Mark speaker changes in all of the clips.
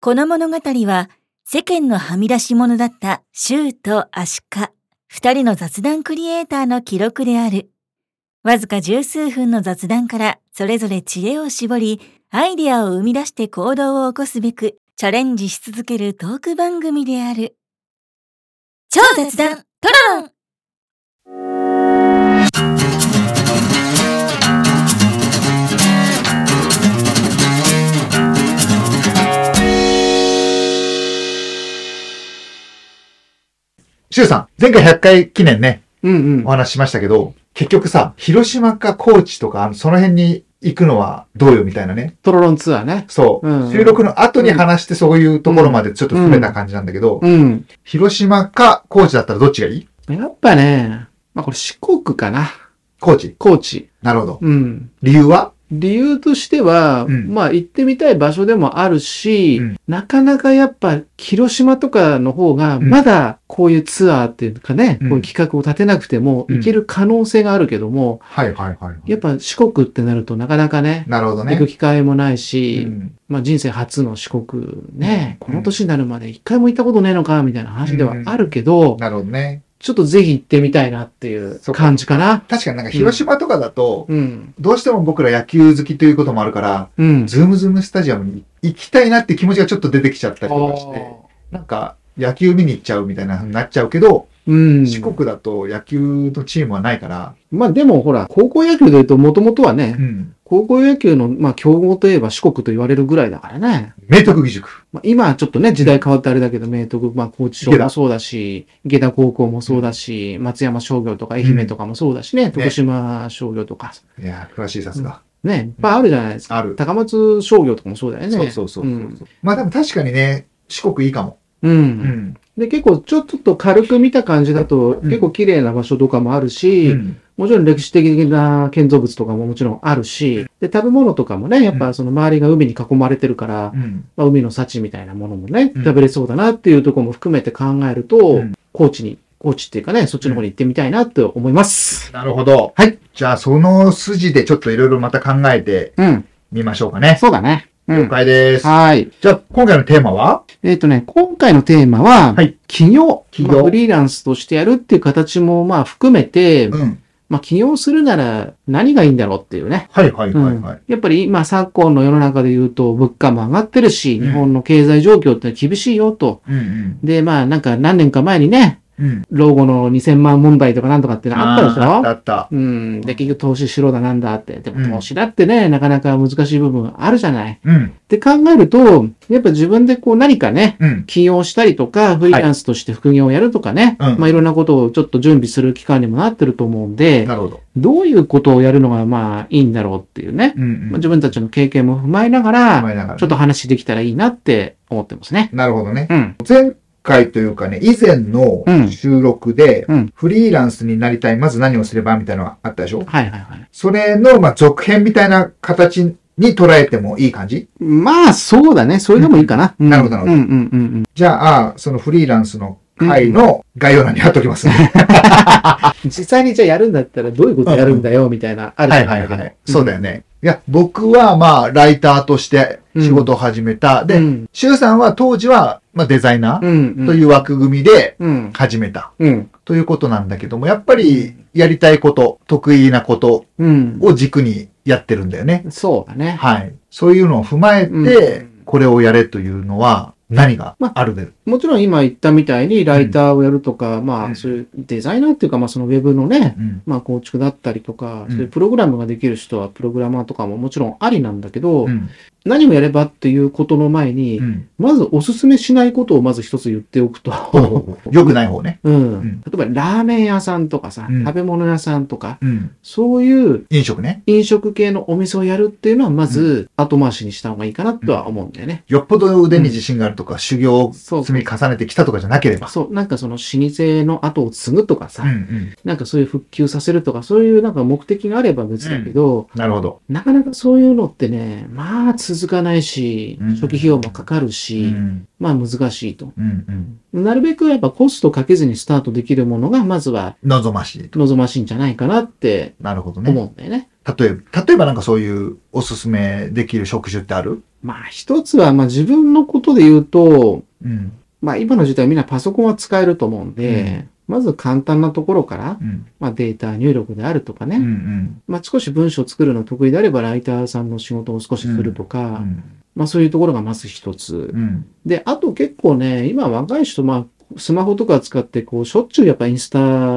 Speaker 1: この物語は世間のはみ出し者だったシューとアシカ、二人の雑談クリエイターの記録である。わずか十数分の雑談からそれぞれ知恵を絞り、アイデアを生み出して行動を起こすべくチャレンジし続けるトーク番組である。超雑談トロロン
Speaker 2: シュウさん、前回100回記念ね、
Speaker 3: うんうん
Speaker 2: お。話ししましたけど、結局さ、広島か高知とか、あのその辺に行くのはどうよみたいなね。
Speaker 3: トロロンツアーね。
Speaker 2: そう。
Speaker 3: うんうん
Speaker 2: 収録の後に話してそういうところまでちょっと含めた感じなんだけど、
Speaker 3: うん。
Speaker 2: 広島か高知だったらどっちがいい
Speaker 3: やっぱね、まあこれ四国かな。
Speaker 2: 高知。
Speaker 3: 高知。
Speaker 2: なるほど。
Speaker 3: うん。
Speaker 2: 理由は
Speaker 3: 理由としては、
Speaker 2: うん
Speaker 3: まあ行ってみたい場所でもあるし、
Speaker 2: うん
Speaker 3: なかなかやっぱ広島とかの方が、
Speaker 2: うん
Speaker 3: まだこういうツアーっていうかね、
Speaker 2: うん
Speaker 3: こういう企画を立てなくても
Speaker 2: うん
Speaker 3: 行ける可能性があるけども、
Speaker 2: はいはいはい。
Speaker 3: やっぱ四国ってなるとなかなかね、
Speaker 2: なるほど
Speaker 3: 行
Speaker 2: ね
Speaker 3: く。機会もないうし、
Speaker 2: ん
Speaker 3: まあ人生初の四国ね、
Speaker 2: うん
Speaker 3: この年になるまで一回も行ったことねえのか、みたいな話ではあるけど、
Speaker 2: なるほどね。
Speaker 3: ちょっとぜひ行ってみたいなっていう
Speaker 2: そっか
Speaker 3: 感じかな。
Speaker 2: 確かになんか広島とかだと、
Speaker 3: うん。
Speaker 2: どうしても僕ら野球好きということもあるから、
Speaker 3: うん。
Speaker 2: ズームズームスタジアムに行きたいなって気持ちがちょっと出てきちゃったりとかして。なんか、野球見に行っちゃうみたいな風になっちゃうけど、
Speaker 3: うん。
Speaker 2: 四国だと野球のチームはないから、
Speaker 3: まあでもほら、高校野球で言うともともとはね、
Speaker 2: うん。
Speaker 3: 高校野球の、まあ、競合といえば四国と言われるぐらいだからね。
Speaker 2: 明徳義塾。
Speaker 3: まあ、今はちょっとね、時代変わってあれだけど、明徳、まあ、高知商
Speaker 2: 池田
Speaker 3: もそうだし、池田高校もそうだし、松山商業とか愛媛とかもそうだしね、徳島商業とか、
Speaker 2: いやー、詳しいさすが。
Speaker 3: ね、いっぱいあるじゃないですか。
Speaker 2: ある。
Speaker 3: 高松商業とかもそうだよね。
Speaker 2: そうそうそうそう。
Speaker 3: ん
Speaker 2: まあでも確かにね、四国いいかも。
Speaker 3: う。
Speaker 2: うんん。
Speaker 3: で、結構ちょっと軽く見た感じだと、
Speaker 2: ん
Speaker 3: 結構綺麗な場所とかもあるし、
Speaker 2: うん
Speaker 3: もちろん歴史的な建造物とかももちろんあるし、で、食べ物とかもね、やっぱその周りが海に囲まれてるから、
Speaker 2: うん。
Speaker 3: まあ、海の幸みたいなものもね、
Speaker 2: うん
Speaker 3: 食べれそうだなっていうところも含めて考えると、
Speaker 2: ん
Speaker 3: 高知に、高知っていうかね、そっちの方に行ってみたいなと思います。
Speaker 2: なるほど。
Speaker 3: はい。
Speaker 2: じゃあ、その筋でちょっといろいろまた考えて
Speaker 3: うん。
Speaker 2: みましょうかね。
Speaker 3: そうだね。う
Speaker 2: 了
Speaker 3: ん。は
Speaker 2: 解です。
Speaker 3: ーい。
Speaker 2: じゃあ、今回のテーマは
Speaker 3: えっ、とね、今回のテーマは、
Speaker 2: はい
Speaker 3: 起業。
Speaker 2: 起業
Speaker 3: まあフリーランスとしてやるっていう形もまあ含めて、
Speaker 2: うん。
Speaker 3: まあ起業するなら何がいいんだろうっていうね。
Speaker 2: はいはいはい
Speaker 3: うん
Speaker 2: はい。
Speaker 3: やっぱり今、昨今の世の中で言うと、物価も上がってるし、
Speaker 2: うん
Speaker 3: 日本の経済状況って厳しいよと。
Speaker 2: うん
Speaker 3: で、まあ、なんか何年か前にね、
Speaker 2: うん。うん。
Speaker 3: 老後の2000万問題とかなんとかってのあったでし
Speaker 2: あーあ
Speaker 3: ょ
Speaker 2: ったあった。
Speaker 3: うん。で、結局投資しろだなんだって。で
Speaker 2: う
Speaker 3: も
Speaker 2: ん
Speaker 3: 投資だってね、なかなか難しい部分あるじゃない。
Speaker 2: うん。
Speaker 3: って考えると、やっぱ自分でこう何かね、
Speaker 2: うん。
Speaker 3: 起用したりとか、フリーランスとして副業をやるとかね、
Speaker 2: うん
Speaker 3: まあいろんなことをちょっと準備する期間にもなってると思うんで、
Speaker 2: なるほど。
Speaker 3: どういうことをやるのがまあいいんだろうっていうね、
Speaker 2: うんうん。
Speaker 3: まあ自分たちの経験も踏まえながら、
Speaker 2: 前ながらね
Speaker 3: ちょっと話できたらいいなって思ってますね。
Speaker 2: なるほどね。
Speaker 3: うん。
Speaker 2: 前回というかね、以前の
Speaker 3: うん
Speaker 2: 収録で、
Speaker 3: うん。
Speaker 2: フリーランスになりたい、まず何をすればみたいなのがあったでしょ
Speaker 3: はいはいはい。
Speaker 2: それの、まあ、続編みたいな形に捉えてもいい感じ
Speaker 3: まあそうだね。それでもいいかな。うん
Speaker 2: なるほどなるほ
Speaker 3: うんうんうんうん。
Speaker 2: じゃあ、そのフリーランスの回の概要欄に貼っておきます、 ね。
Speaker 3: 実際にじゃあやるんだったらどういうことやるんだよみたいな、あるじゃないだけど
Speaker 2: そうだよ。ね。いや、僕は、まあ、ライターとして仕事を始めた。
Speaker 3: う
Speaker 2: で、
Speaker 3: ん。
Speaker 2: シュウさんは当時は、まあ、デザイナ
Speaker 3: う
Speaker 2: ー
Speaker 3: ん。うん
Speaker 2: という枠組みで
Speaker 3: うん。
Speaker 2: 始めた。
Speaker 3: うん。
Speaker 2: ということなんだけども、やっぱり、やりたいこと、得意なこと
Speaker 3: うん。
Speaker 2: を軸にやってるんだよね。
Speaker 3: そうだね。
Speaker 2: はい。そういうのを踏まえ
Speaker 3: う
Speaker 2: て
Speaker 3: ん、
Speaker 2: これをやれというのは、何があるで、
Speaker 3: もちろん今言ったみたいにライターをやるとか、ま
Speaker 2: うん
Speaker 3: あそういうデザイナーっていうか、まあそのウェブのね、
Speaker 2: うん。
Speaker 3: まあ構築だったりとか、
Speaker 2: うん
Speaker 3: そういうプログラムができる人はプログラマーとかももちろんありなんだけど、
Speaker 2: うん。
Speaker 3: 何をやればっていうことの前に、
Speaker 2: うん
Speaker 3: まずおすすめしないことをまず一つ言ってお くと、
Speaker 2: 良くない方ね。
Speaker 3: うん、例えばラーメン屋さんとかさ、
Speaker 2: うん
Speaker 3: 食べ物屋さんとか、
Speaker 2: うん。
Speaker 3: そういう
Speaker 2: 飲食ね。
Speaker 3: 飲食系のお店をやるっていうのはまず後回しにした方がいいかなとは思うんだよね。
Speaker 2: よっぽど腕に自信があるとか、修行を
Speaker 3: そう
Speaker 2: 積み重ねてきたとかじゃなければ。
Speaker 3: そう、なんかその老舗の後を継ぐとかさ、
Speaker 2: うんうん。
Speaker 3: なんかそういう復旧させるとか、そういうなんか目的があれば別だけど、
Speaker 2: なるほど。
Speaker 3: なかなかそういうのってね、まあ続かないし、
Speaker 2: うん
Speaker 3: 初期費用もかかる
Speaker 2: う
Speaker 3: し、
Speaker 2: ん
Speaker 3: まあ難しいと。
Speaker 2: うんうん。
Speaker 3: なるべくやっぱコストかけずにスタートできるものが、まずは
Speaker 2: 望ましいと。
Speaker 3: 望ましいんじゃないかなって
Speaker 2: なるほど
Speaker 3: 思
Speaker 2: ね。
Speaker 3: うんだよね。
Speaker 2: 例えば、例えばなんかそういうおすすめできる職種ってある
Speaker 3: まあ一つは、まあ自分のことで言うと、
Speaker 2: うん。
Speaker 3: まあ今の時代みんなパソコンは使えると思うんで、まず簡単なところから、
Speaker 2: うん。
Speaker 3: まあデータ入力であるとかね、
Speaker 2: うん。うん。
Speaker 3: まあ少し文章を作るの得意であればライターさんの仕事を少しすると
Speaker 2: う
Speaker 3: か、
Speaker 2: ん。
Speaker 3: まあそういうところがまず一つ。
Speaker 2: うん。
Speaker 3: で、あと結構ね、今若い人、まあスマホとか使って、こうしょっちゅうやっぱインス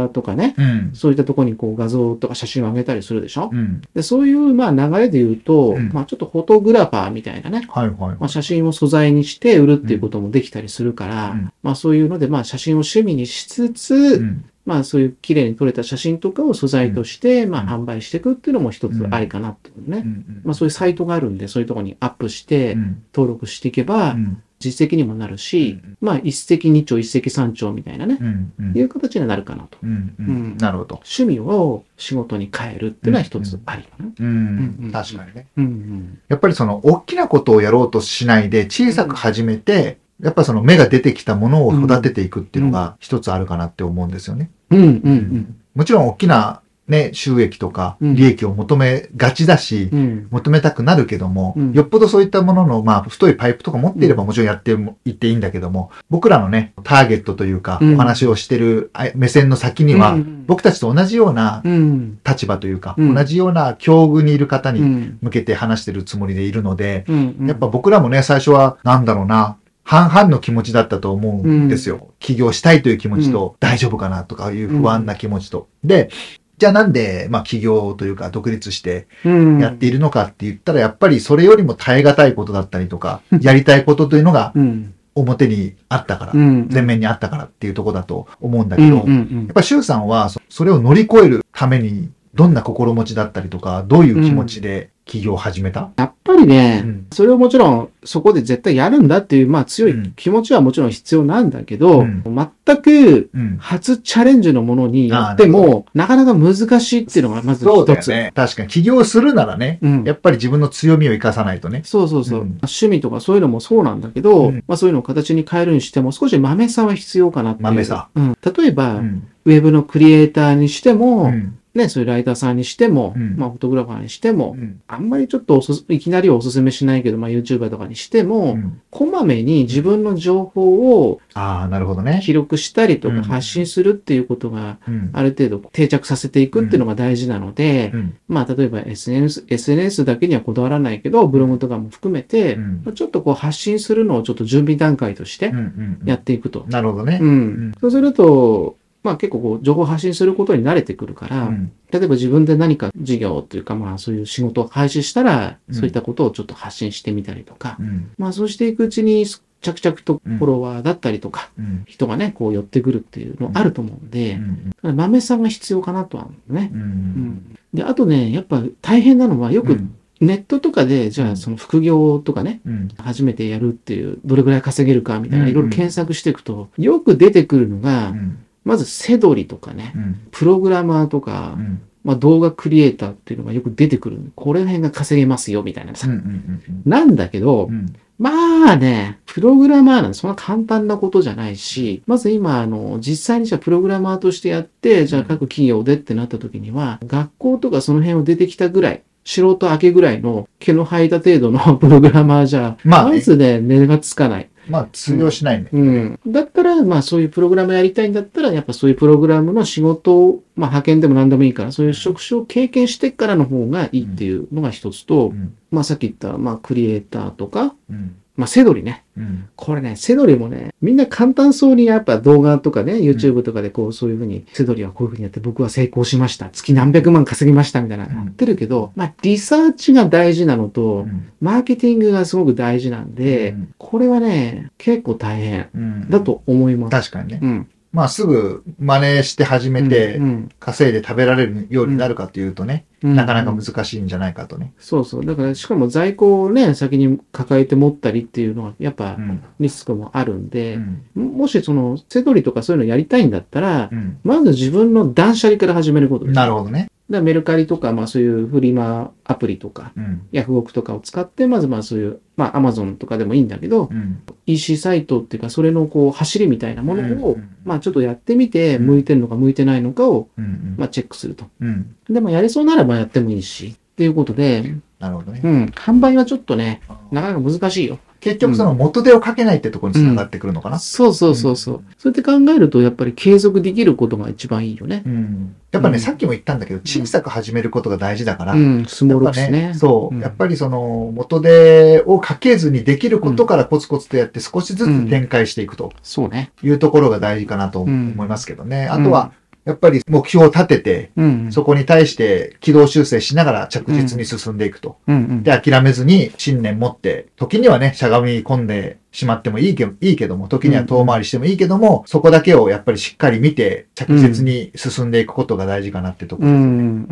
Speaker 3: タとかね、
Speaker 2: うん。
Speaker 3: そういったところにこう画像とか写真を上げたりするでしょ
Speaker 2: うん。
Speaker 3: で、そういうまあ流れで言うと、
Speaker 2: うん
Speaker 3: まあちょっとフォトグラファーみたいなね、
Speaker 2: はいはい
Speaker 3: ま
Speaker 2: は
Speaker 3: あ、写真を素材にして売るっていうこともできたりするから、
Speaker 2: うん
Speaker 3: まあそういうので、まあ写真を趣味にしつつ、
Speaker 2: い。うん。
Speaker 3: まあそういう綺麗に撮れた写真とかを素材として、まあ販売していくっていうのも一つありかなっていうね。
Speaker 2: うん。
Speaker 3: まあそういうサイトがあるんで、そういうところにアップして
Speaker 2: うん。
Speaker 3: 登録していけば
Speaker 2: う、ん。
Speaker 3: 実績にもなるし、まあ一石二鳥一石三鳥みたいなね、
Speaker 2: うん。うん。
Speaker 3: いう形になるかなと。
Speaker 2: うん。う
Speaker 3: うん
Speaker 2: ん。なるほど。
Speaker 3: 趣味を仕事に変えるっていうのは一つありかな。
Speaker 2: う
Speaker 3: うんん。
Speaker 2: 確かにね。
Speaker 3: うんうん。
Speaker 2: やっぱりその、大きなことをやろうとしないで、小さく始めて、やっぱその芽が出てきたものを育てていくっていうのが一つあるかなって思うんですよね。
Speaker 3: うんうん
Speaker 2: もちろん大きなね、収益とか
Speaker 3: うん
Speaker 2: 利益を求めがちだし、
Speaker 3: うん。うん。
Speaker 2: 求めたくなるけども、
Speaker 3: うん
Speaker 2: よっぽどそういったものの、まあ、太いパイプとか持っていればもちろんやってもいっていいんだけども、僕らのね、ターゲットというか、
Speaker 3: うん
Speaker 2: お話をしてるあ目線の先には、
Speaker 3: うん、
Speaker 2: 僕たちと同じような
Speaker 3: うん。
Speaker 2: 立場というか、
Speaker 3: うん
Speaker 2: 同じような境遇にいる方
Speaker 3: う
Speaker 2: に
Speaker 3: ん。
Speaker 2: 向けて話してるつもりでいるので、
Speaker 3: うんうん
Speaker 2: やっぱ僕らもね、最初は、なんだろうな、半々の気持ちだったと思うんですよ。起業したいという気持ちと、大丈夫かなとかいう不安な気持ちと。で、じゃあなんで、まあ起業というか独立して
Speaker 3: うん
Speaker 2: やっているのかって言ったら、やっぱりそれよりも耐え難いことだったりとか、やりたいことというのが
Speaker 3: うん。
Speaker 2: 表にあったから
Speaker 3: う、ん。
Speaker 2: 前面にあったからっていうところだと思うんだ
Speaker 3: う
Speaker 2: け
Speaker 3: ん
Speaker 2: ど、
Speaker 3: う
Speaker 2: や
Speaker 3: ん
Speaker 2: っぱ周さんはそそれを乗り越えるために、どんな心持ちだったりとか、どういう気持ちで起業を始めた、
Speaker 3: やっぱりね、
Speaker 2: うん
Speaker 3: それをもちろんそこで絶対やるんだっていう、まあ強
Speaker 2: うん
Speaker 3: い気持ちはもちろん必要なんだけど、
Speaker 2: うん
Speaker 3: 全く
Speaker 2: うん
Speaker 3: 初チャレンジのものにやって
Speaker 2: あーなる
Speaker 3: も、なかなか難しいっていうのがまず
Speaker 2: そうだ
Speaker 3: 一
Speaker 2: よ
Speaker 3: つ。
Speaker 2: ね。確かに。起業するならね、
Speaker 3: うん
Speaker 2: やっぱり自分の強みを生かさないとね。
Speaker 3: そうそうそう、
Speaker 2: うん
Speaker 3: 趣味とかそういうのもそうなんだけど、
Speaker 2: うん
Speaker 3: まあそういうのを形に変えるにしても少し豆さは必要かなっていう。
Speaker 2: 豆さ。
Speaker 3: うん。例えば、
Speaker 2: うん。
Speaker 3: ウェブのクリエイターにしても、
Speaker 2: うん。
Speaker 3: ね、そういうライターさんにしても、
Speaker 2: うん
Speaker 3: まあフォトグラファーにしても、
Speaker 2: うん
Speaker 3: あんまりちょっとおすすいきなりはおすすめしないけど、まあ YouTuber とかにしても、
Speaker 2: うん
Speaker 3: こまめに自分の情報を
Speaker 2: ああ、なるほどね。
Speaker 3: 記録したりと
Speaker 2: うん
Speaker 3: か発信するっていうことが
Speaker 2: うん。
Speaker 3: ある程度定着させていくっていうのが大事なので、
Speaker 2: うん。
Speaker 3: まあ例えば SNS、SNS だけにはこだわらないけど、ブログとかも含めて
Speaker 2: う、ん。
Speaker 3: ちょっとこう発信するのをちょっと準備段階として
Speaker 2: うんうん
Speaker 3: やっていくと。
Speaker 2: なるほどね
Speaker 3: う。
Speaker 2: ん
Speaker 3: ん。そうすると、まあ結構こう情報発信することに慣れてくるか
Speaker 2: う
Speaker 3: ら、
Speaker 2: ん。
Speaker 3: 例えば自分で何か事業というかまあそういう仕事を開始したら、
Speaker 2: うん
Speaker 3: そういったことをちょっと発信してみたりとか、
Speaker 2: うん。
Speaker 3: まあそうしていくうちに着々とフォロワーだったりとか、
Speaker 2: うん。
Speaker 3: 人がね、こう寄ってくるっていうのあると思うん
Speaker 2: う
Speaker 3: で、
Speaker 2: ん
Speaker 3: ただ豆さんが必要かなとは思うね
Speaker 2: う。。
Speaker 3: うんん。で、あとね、やっぱ大変なのはよ
Speaker 2: う
Speaker 3: く
Speaker 2: ん
Speaker 3: ネットとかで、じゃあその副業とかね、
Speaker 2: うん。
Speaker 3: 初めてやるっていう、どれぐらい稼げるかみたい
Speaker 2: うん
Speaker 3: な、いろいろ検索していくと、よく出てくるの
Speaker 2: う
Speaker 3: が、
Speaker 2: ん。
Speaker 3: まずセドリとかね
Speaker 2: う、ん。
Speaker 3: プログラマーとか
Speaker 2: う、ん。
Speaker 3: まあ動画クリエイターっていうのがよく出てくるんで。これら辺が稼げますよ、みたいな
Speaker 2: う
Speaker 3: さ。
Speaker 2: ん。うん。
Speaker 3: なんだけど
Speaker 2: う、ん。
Speaker 3: まあね、プログラマーなんてそんな簡単なことじゃないし、まず今、あの、実際にじゃあプログラマーとしてやって、じゃあ各企業でってなった時には、学校とかその辺を出てきたぐらい、素人明けぐらいの毛の生えた程度の プログラマーじゃ、
Speaker 2: まあね
Speaker 3: まずね、値がつかない。
Speaker 2: まあ、通用しないね。
Speaker 3: うん。だったら、まあそういうプログラムやりたいんだったら、やっぱそういうプログラムの仕事を、まあ派遣でも何でもいいから、そういう職種を経験してからの方がいいっていうのが一つ
Speaker 2: う
Speaker 3: と、
Speaker 2: ん。
Speaker 3: まあさっき言った、まあクリエイターとか、
Speaker 2: うん。
Speaker 3: まあセドリね。
Speaker 2: うん。
Speaker 3: これね、セドリもね、みんな簡単そうにやっぱ動画とかね、YouTube とかでこうそういうふうに、セドリはこういうふうにやって僕は成功しました。月何百万稼ぎましたみたい
Speaker 2: う
Speaker 3: な、
Speaker 2: ん
Speaker 3: やってるけど、まあリサーチが大事なの
Speaker 2: う
Speaker 3: と、
Speaker 2: ん
Speaker 3: マーケティングがすごく大事なんで、これはね、結構大変
Speaker 2: うん。
Speaker 3: だ。と思いま
Speaker 2: 確
Speaker 3: す。
Speaker 2: かにね。
Speaker 3: うん。
Speaker 2: まあ、すぐ真似して始めて
Speaker 3: う、ん
Speaker 2: 稼いで食べられるようになるかというとね、
Speaker 3: うん
Speaker 2: なかなか難しいんじゃないかとね。
Speaker 3: そうそう。だから、しかも在庫をね、先に抱えて持ったりっていうのは、やっぱ
Speaker 2: うん。
Speaker 3: リスクもあるんで
Speaker 2: う、ん。
Speaker 3: ももしその、セドリとかそういうのやりたいんだったら、
Speaker 2: うん。
Speaker 3: まず自分の断捨離から始めることです。
Speaker 2: なるほどね。
Speaker 3: だからメルカリとか、まあそういうフリマアプリとか、
Speaker 2: うん。
Speaker 3: ヤフオクとかを使って、まずまあそういう、まあアマゾンとかでもいいんだけど、
Speaker 2: うん。
Speaker 3: EC サイトっていうか、それのこう、走りみたいなものを、
Speaker 2: うん
Speaker 3: まあちょっとやってみて、
Speaker 2: うん
Speaker 3: 向いてるのか向いてないのかを、
Speaker 2: うん。
Speaker 3: まあチェックすると。
Speaker 2: うん。
Speaker 3: でもやれそうならばやってもいいし、っていうことで、
Speaker 2: なるほどね。
Speaker 3: うん。販売はちょっとね、なかなか難しいよ。
Speaker 2: 結局その元手をかけないってところに繋がってくるのかな。
Speaker 3: そうそうそうそう。
Speaker 2: うん
Speaker 3: そうやって考えると、やっぱり継続できることが一番いいよね。
Speaker 2: うん。やっぱ
Speaker 3: う
Speaker 2: ね、
Speaker 3: ん
Speaker 2: さっきも言ったんだけど、小さく始めることが大事だから、
Speaker 3: うん、スモ
Speaker 2: やっ
Speaker 3: ール
Speaker 2: ぱ
Speaker 3: ク
Speaker 2: ね
Speaker 3: スね。
Speaker 2: そう、
Speaker 3: ん
Speaker 2: やっぱりその元手をかけずにできることからコツコツとやって少しずつ展開していくと
Speaker 3: そうね。
Speaker 2: いうところが大事かなと
Speaker 3: うん
Speaker 2: 思いますけどね。あとは、やっぱり目標を立てて、
Speaker 3: うん。
Speaker 2: そこに対して軌道修正しながら着実に進んでいくと。
Speaker 3: うんうん。
Speaker 2: で、諦めずに信念持って、時にはね、しゃがみ込んでしまってもいいけいいけども、時には遠回りしてもいいけども、そこだけをやっぱりしっかり見て、着実に進んでいくことが大事かなってとこ
Speaker 3: う
Speaker 2: ろ。
Speaker 3: んう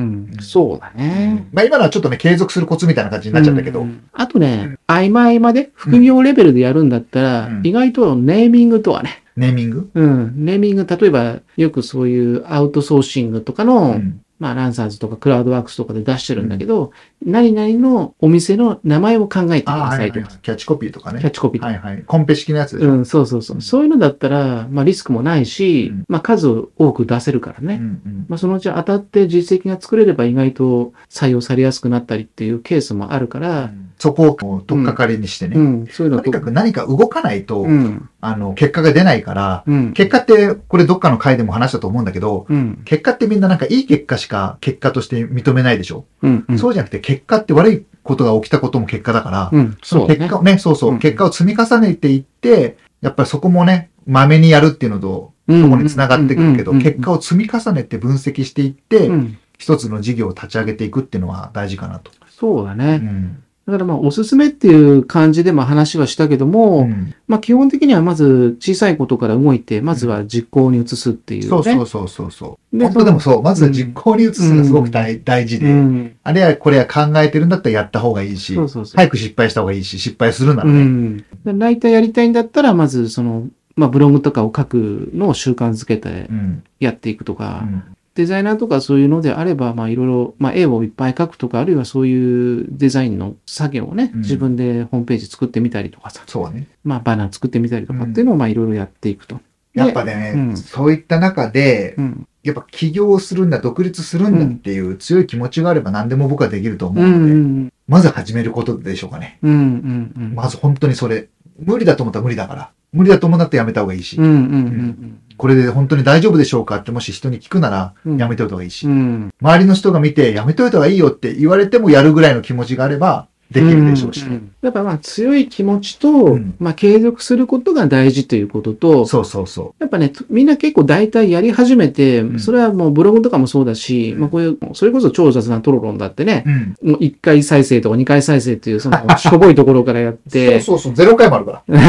Speaker 3: んうん。そうだね。
Speaker 2: まあ今のはちょっとね、継続するコツみたいな感じになっちゃったけど、
Speaker 3: うんあとね、曖昧まで副業レベルでやるんだったら、
Speaker 2: うん
Speaker 3: 意外とネーミングとはね、
Speaker 2: ネーミング
Speaker 3: うん、ネーミング、例えばよくそういうアウトソーシングとかの、
Speaker 2: うん
Speaker 3: まあランサーズとかクラウドワークスとかで出してるんだけど、何々のお店の名前を考えてく
Speaker 2: ああ、
Speaker 3: だ
Speaker 2: はい
Speaker 3: さ
Speaker 2: はい
Speaker 3: い
Speaker 2: は
Speaker 3: と
Speaker 2: い
Speaker 3: か、。
Speaker 2: キャッチコピーとか
Speaker 3: キャッ
Speaker 2: ね。
Speaker 3: チコピーとか
Speaker 2: はいはい。コンペ式のやつでしょ。
Speaker 3: うん、そうそうそうう。
Speaker 2: ん
Speaker 3: そういうのだったら、まあリスクもないし、
Speaker 2: うん
Speaker 3: まあ数を多く出せるからね。
Speaker 2: うんうん
Speaker 3: まあそのうち当たって実績が作れれば意外と採用されやすくなったりっていうケースもあるから、
Speaker 2: そこをこう取っかかりにして
Speaker 3: う
Speaker 2: ね。
Speaker 3: ん、そういう
Speaker 2: と
Speaker 3: の
Speaker 2: にかく何か動かないと
Speaker 3: う、ん、
Speaker 2: あの、結果が出ないから、
Speaker 3: うん。
Speaker 2: 結果って、これどっかの回でも話したと思うんだけど、
Speaker 3: うん、
Speaker 2: 結果ってみんななんかいい結果しか結果として認めないでしょ、
Speaker 3: うん、うん。
Speaker 2: そうじゃなくて結果って悪いことが起きたことも結果だから、
Speaker 3: うん、
Speaker 2: そ
Speaker 3: そ
Speaker 2: の
Speaker 3: うだ
Speaker 2: 結
Speaker 3: ね
Speaker 2: 果。をね、そうそう、
Speaker 3: うん
Speaker 2: 結果を積み重ねていって、やっぱりそこもね、まめにやるっていうのと、
Speaker 3: うん
Speaker 2: そこに繋がってくるけど、
Speaker 3: うんうん
Speaker 2: 結果を積み重ねて分析していって、
Speaker 3: うん
Speaker 2: 一つの事業を立ち上げていくっていうのは大事かなと。
Speaker 3: そうだ
Speaker 2: う
Speaker 3: ね。
Speaker 2: ん。
Speaker 3: だからまあ、おすすめっていう感じでまあ話はしたけども、
Speaker 2: うん
Speaker 3: まあ基本的にはまず小さいことから動いて、まずは実行に移すっていうね。
Speaker 2: そうそうそうそうそう。
Speaker 3: で
Speaker 2: 本当でもそう、まずは実行に移すのがすごく大,、大事で、
Speaker 3: うん。
Speaker 2: あれやこれや考えてるんだったらやった方がいいし、
Speaker 3: そうそうそう。
Speaker 2: 早く失敗した方がいいし、失敗するなら
Speaker 3: う
Speaker 2: ね、
Speaker 3: ん。でライターやりたいんだったら、まずその、まあブログとかを書くのを習慣づけて
Speaker 2: うん
Speaker 3: やっていくと
Speaker 2: う
Speaker 3: か、
Speaker 2: ん
Speaker 3: デザイナーとかそういうのであれば、まあいろいろ、まあ絵をいっぱい描くとか、あるいはそういうデザインの作業をね、
Speaker 2: うん
Speaker 3: 自分でホームページ作ってみたりとかさ、
Speaker 2: そうね。
Speaker 3: まあバナー作ってみたりとかっていうのをまあいろいろやっていくと。
Speaker 2: やっぱね、
Speaker 3: うん
Speaker 2: そういった中で、
Speaker 3: うん。
Speaker 2: やっぱ起業をするんだ、独立するんだっていう強い気持ちがあれば何でも僕はできると思
Speaker 3: う
Speaker 2: うので、
Speaker 3: んうん
Speaker 2: まずは始めることでしょうかね。
Speaker 3: うん。うんうんうん。
Speaker 2: まず本当にそれ。無理だと思ったら無理だから。無理だと思ったらやめた方がいいし、
Speaker 3: うんうんうん
Speaker 2: これで本当に大丈夫でしょうかってもし人に聞くなら、
Speaker 3: うん。
Speaker 2: やめておいた方がいいし、
Speaker 3: うん。
Speaker 2: 周りの人が見てやめておいた方がいいよって言われてもやるぐらいの気持ちがあれば、できるでしょうし、
Speaker 3: んんやっぱまあ強い気持ちと、
Speaker 2: ん
Speaker 3: まあ継続することが大事ということと、
Speaker 2: そうそうそ
Speaker 3: やっぱね、とみんな結構大体やり始めて、
Speaker 2: ん
Speaker 3: それはもうブログとかもそうだし、
Speaker 2: うん
Speaker 3: まあこういう、それこそ超雑なトロロンだってね
Speaker 2: う。、うん。
Speaker 3: もう1回再生とか2回再生っていう、その、しょぼいところからやって、
Speaker 2: そうそうそう、0回もあるから。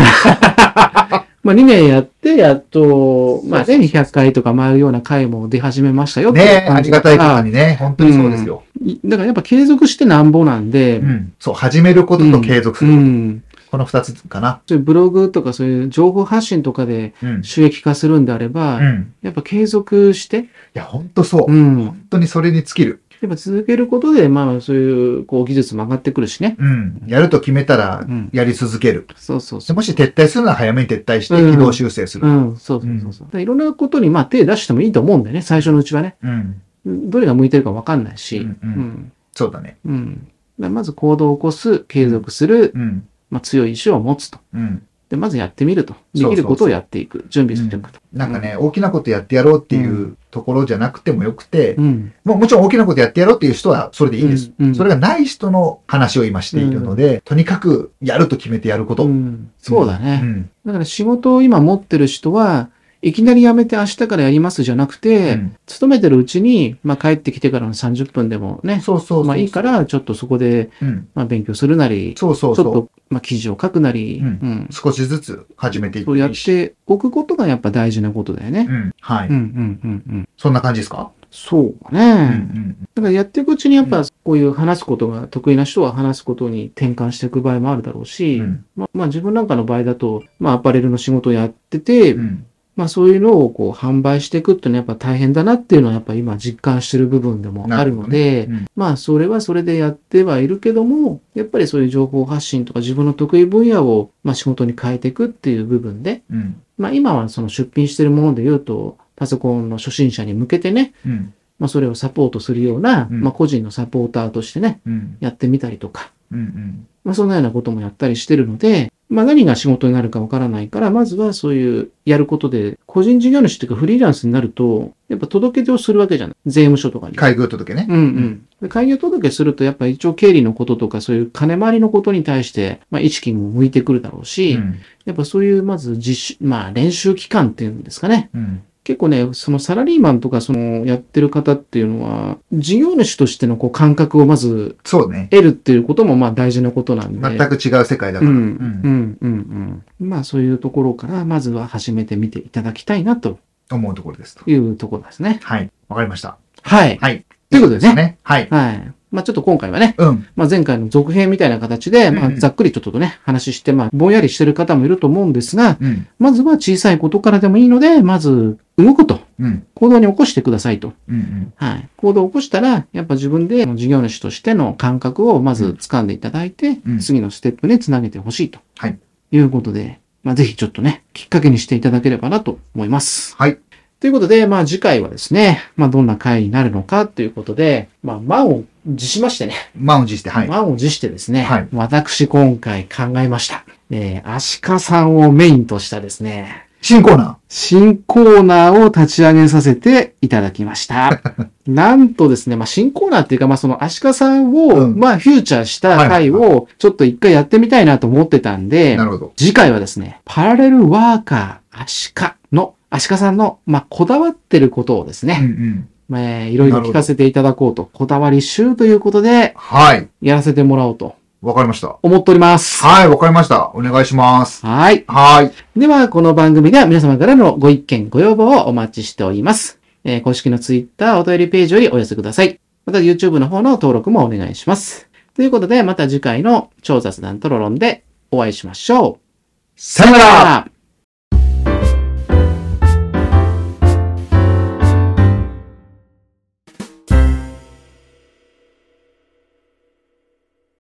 Speaker 3: まあ2年やって、やっと、まあ
Speaker 2: そう
Speaker 3: ね、100回とか回るような回も出始めましたよっていう
Speaker 2: ねえ、あ
Speaker 3: 感
Speaker 2: り
Speaker 3: じ
Speaker 2: がたいこと
Speaker 3: だ
Speaker 2: にね、本当にそうですよ。
Speaker 3: いだからやっぱ継続してなんぼなんで、
Speaker 2: うん。そう、始めることと継続す
Speaker 3: う
Speaker 2: る。
Speaker 3: ん。
Speaker 2: この二つかな。
Speaker 3: そういうブログとかそういう情報発信とかで
Speaker 2: うん。
Speaker 3: 収益化するんであれば、
Speaker 2: うん。
Speaker 3: やっぱ継続して、
Speaker 2: いや、本当そう。
Speaker 3: うん。
Speaker 2: 本当にそれに尽きる。
Speaker 3: やっぱ続けることで、まあそういう、こう、技術も上がってくるしね。
Speaker 2: うん。やると決めたら
Speaker 3: う、ん。
Speaker 2: やり続ける。
Speaker 3: そうそうそ
Speaker 2: でもし撤退するなら早めに撤退して、
Speaker 3: うん
Speaker 2: 軌道修正す
Speaker 3: う。
Speaker 2: る。
Speaker 3: うん、そうそうそうそう。だからいろんなことに、まあ手出してもいいと思うんだよね、最初のうちはね。
Speaker 2: うん。
Speaker 3: どれが向いてるかわかんないうし。
Speaker 2: んう。
Speaker 3: うんん。
Speaker 2: そうだね。
Speaker 3: うん。だからまず行動を起こす、継続する、
Speaker 2: うん。
Speaker 3: まあ強い意志を持つと。
Speaker 2: うん。
Speaker 3: で、まずやってみると。
Speaker 2: そう
Speaker 3: で
Speaker 2: そう
Speaker 3: きることをやっていく。準備していくと。
Speaker 2: なんかね、大きなことやってやろうっていうところじゃなくてもよくて、
Speaker 3: うん。
Speaker 2: もうもちろん大きなことやってやろうっていう人はそれでいいです。
Speaker 3: うんうん
Speaker 2: それがない人の話を今しているので、とにかくやると決めてやること。
Speaker 3: うんそうだね。
Speaker 2: うん
Speaker 3: だから仕事を今持ってる人は、いきなり辞めて明日からやりますじゃなくて、
Speaker 2: うん
Speaker 3: 勤めてるうちに、まあ帰ってきてからの30分でもね、
Speaker 2: そうそうそう。
Speaker 3: まあいいから、ちょっとそこで、
Speaker 2: うん。
Speaker 3: まあ、勉強するなり、
Speaker 2: そうそう
Speaker 3: ち
Speaker 2: そ
Speaker 3: ょっ
Speaker 2: う。
Speaker 3: と、まあ、記事を書くなり、
Speaker 2: う
Speaker 3: うんん。
Speaker 2: 少しずつ始めていく
Speaker 3: そうやっておくことがやっぱ大事なことだよね
Speaker 2: う。ん。はい。
Speaker 3: うん、うん、うん、うん。
Speaker 2: そんな感じですか
Speaker 3: そうだ
Speaker 2: うん
Speaker 3: ね。だからやっていくうちにやっぱこういう話すことが得意な人は話すことに転換していく場合もあるだろう
Speaker 2: う
Speaker 3: し、
Speaker 2: ん。
Speaker 3: まあまあ自分なんかの場合だと、まあアパレルの仕事をやってて、
Speaker 2: うん。
Speaker 3: まあそういうのをこう販売していくっていうのはやっぱ大変だなっていうのはやっぱ今実感してる部分でもあるの
Speaker 2: なる
Speaker 3: で、
Speaker 2: ほどね
Speaker 3: まあそれはそれでやってはいるけども、やっぱりそういう情報発信とか自分の得意分野をまあ仕事に変えていくっていう部分で、
Speaker 2: うん。
Speaker 3: まあ今はその出品してるもので言うと、パソコンの初心者に向けてね、
Speaker 2: うん。
Speaker 3: まあ、それをサポートするような、
Speaker 2: うん
Speaker 3: まあ、個人のサポーターとしてね、
Speaker 2: うん。
Speaker 3: やってみたりとか、
Speaker 2: うんうん。
Speaker 3: まあ、そんなようなこともやったりしてるので、まあ、何が仕事になるかわからないから、まずはそういうやることで、個人事業主っていうかフリーランスになると、やっぱ届け出をするわけじゃない。税務署とかに。
Speaker 2: 開業届ね。
Speaker 3: うんうん。で開業届すると、やっぱ一応経理のこととか、そういう金回りのことに対して、まあ、意識も向いてくるだろう
Speaker 2: う
Speaker 3: し、
Speaker 2: ん。
Speaker 3: やっぱそういう、まず実習、まあ、練習期間っていうんですかね。
Speaker 2: うん。
Speaker 3: 結構ね、そのサラリーマンとか、その、やってる方っていうのは、事業主としてのこう感覚をまず
Speaker 2: そうね。
Speaker 3: 得るっていうことも、まあ、大事なことなんで。
Speaker 2: 全く違う世界だか
Speaker 3: う
Speaker 2: ら。
Speaker 3: ん、うん、うん、うん。まあ、そういうところから、まずは始めてみていただきたいな、と
Speaker 2: 思うところですと。
Speaker 3: いうところですね。
Speaker 2: はい。わかりました。
Speaker 3: はい。
Speaker 2: はい。
Speaker 3: ということですね。
Speaker 2: ね。はい。
Speaker 3: はい。まあ、ちょっと今回はね、
Speaker 2: うん。
Speaker 3: まあ、前回の続編みたいな形で、ま
Speaker 2: う
Speaker 3: あ、
Speaker 2: んうん
Speaker 3: ざっくりちょっとね、話して、まあ、ぼんやりしてる方もいると思うんですが、
Speaker 2: うん。
Speaker 3: まずは小さいことからでもいいので、まず動くと。
Speaker 2: うん。
Speaker 3: 行動に起こしてくださいと。
Speaker 2: うん。うん。
Speaker 3: はい。行動を起こしたら、やっぱ自分で事業主としての感覚をまず掴んでいただいて、
Speaker 2: うん
Speaker 3: 次のステップにつなげてほしいと。
Speaker 2: はい。
Speaker 3: いうことで、まあ、ぜひちょっとね、きっかけにしていただければなと思います。
Speaker 2: はい。
Speaker 3: ということで、まあ次回はですね、まあどんな回になるのかということで、まあ満を持しましてね、
Speaker 2: 満を持して、はい。
Speaker 3: 満を持してですね、
Speaker 2: はい
Speaker 3: 私今回考えました。えー、アシカさんをメインとしたですね、
Speaker 2: 新コーナ
Speaker 3: 新コーナーを立ち上げさせていただき ました。なんとですね、まあ、新コーナーっていうか、まあ、その、アシカさんを、
Speaker 2: うん
Speaker 3: まあ、フューチャーした回
Speaker 2: はい
Speaker 3: を、ちょっと一回やってみたいなと思ってたん
Speaker 2: ー。
Speaker 3: で
Speaker 2: な、るほど。
Speaker 3: 次回はですね、パラレルワーカー、アシカの、アシカさんの、まあ、こだわってることをです
Speaker 2: うんう
Speaker 3: ね、
Speaker 2: ん。
Speaker 3: まあえーいろいろ聞かせていただこうと、こだわり集ということで、
Speaker 2: はい。
Speaker 3: やらせてもらおうと
Speaker 2: わかりました。
Speaker 3: 思っております。
Speaker 2: はい、わかりました。お願いします。
Speaker 3: はい。
Speaker 2: はい。
Speaker 3: では、この番組では皆様からのご意見、ご要望をお待ちしております。えー公式の Twitter、お便りページよりお寄せください。また YouTube の方の登録もお願いします。ということで、また次回の超雑談トロロンでお会いしましょう。
Speaker 2: さよなら
Speaker 3: ら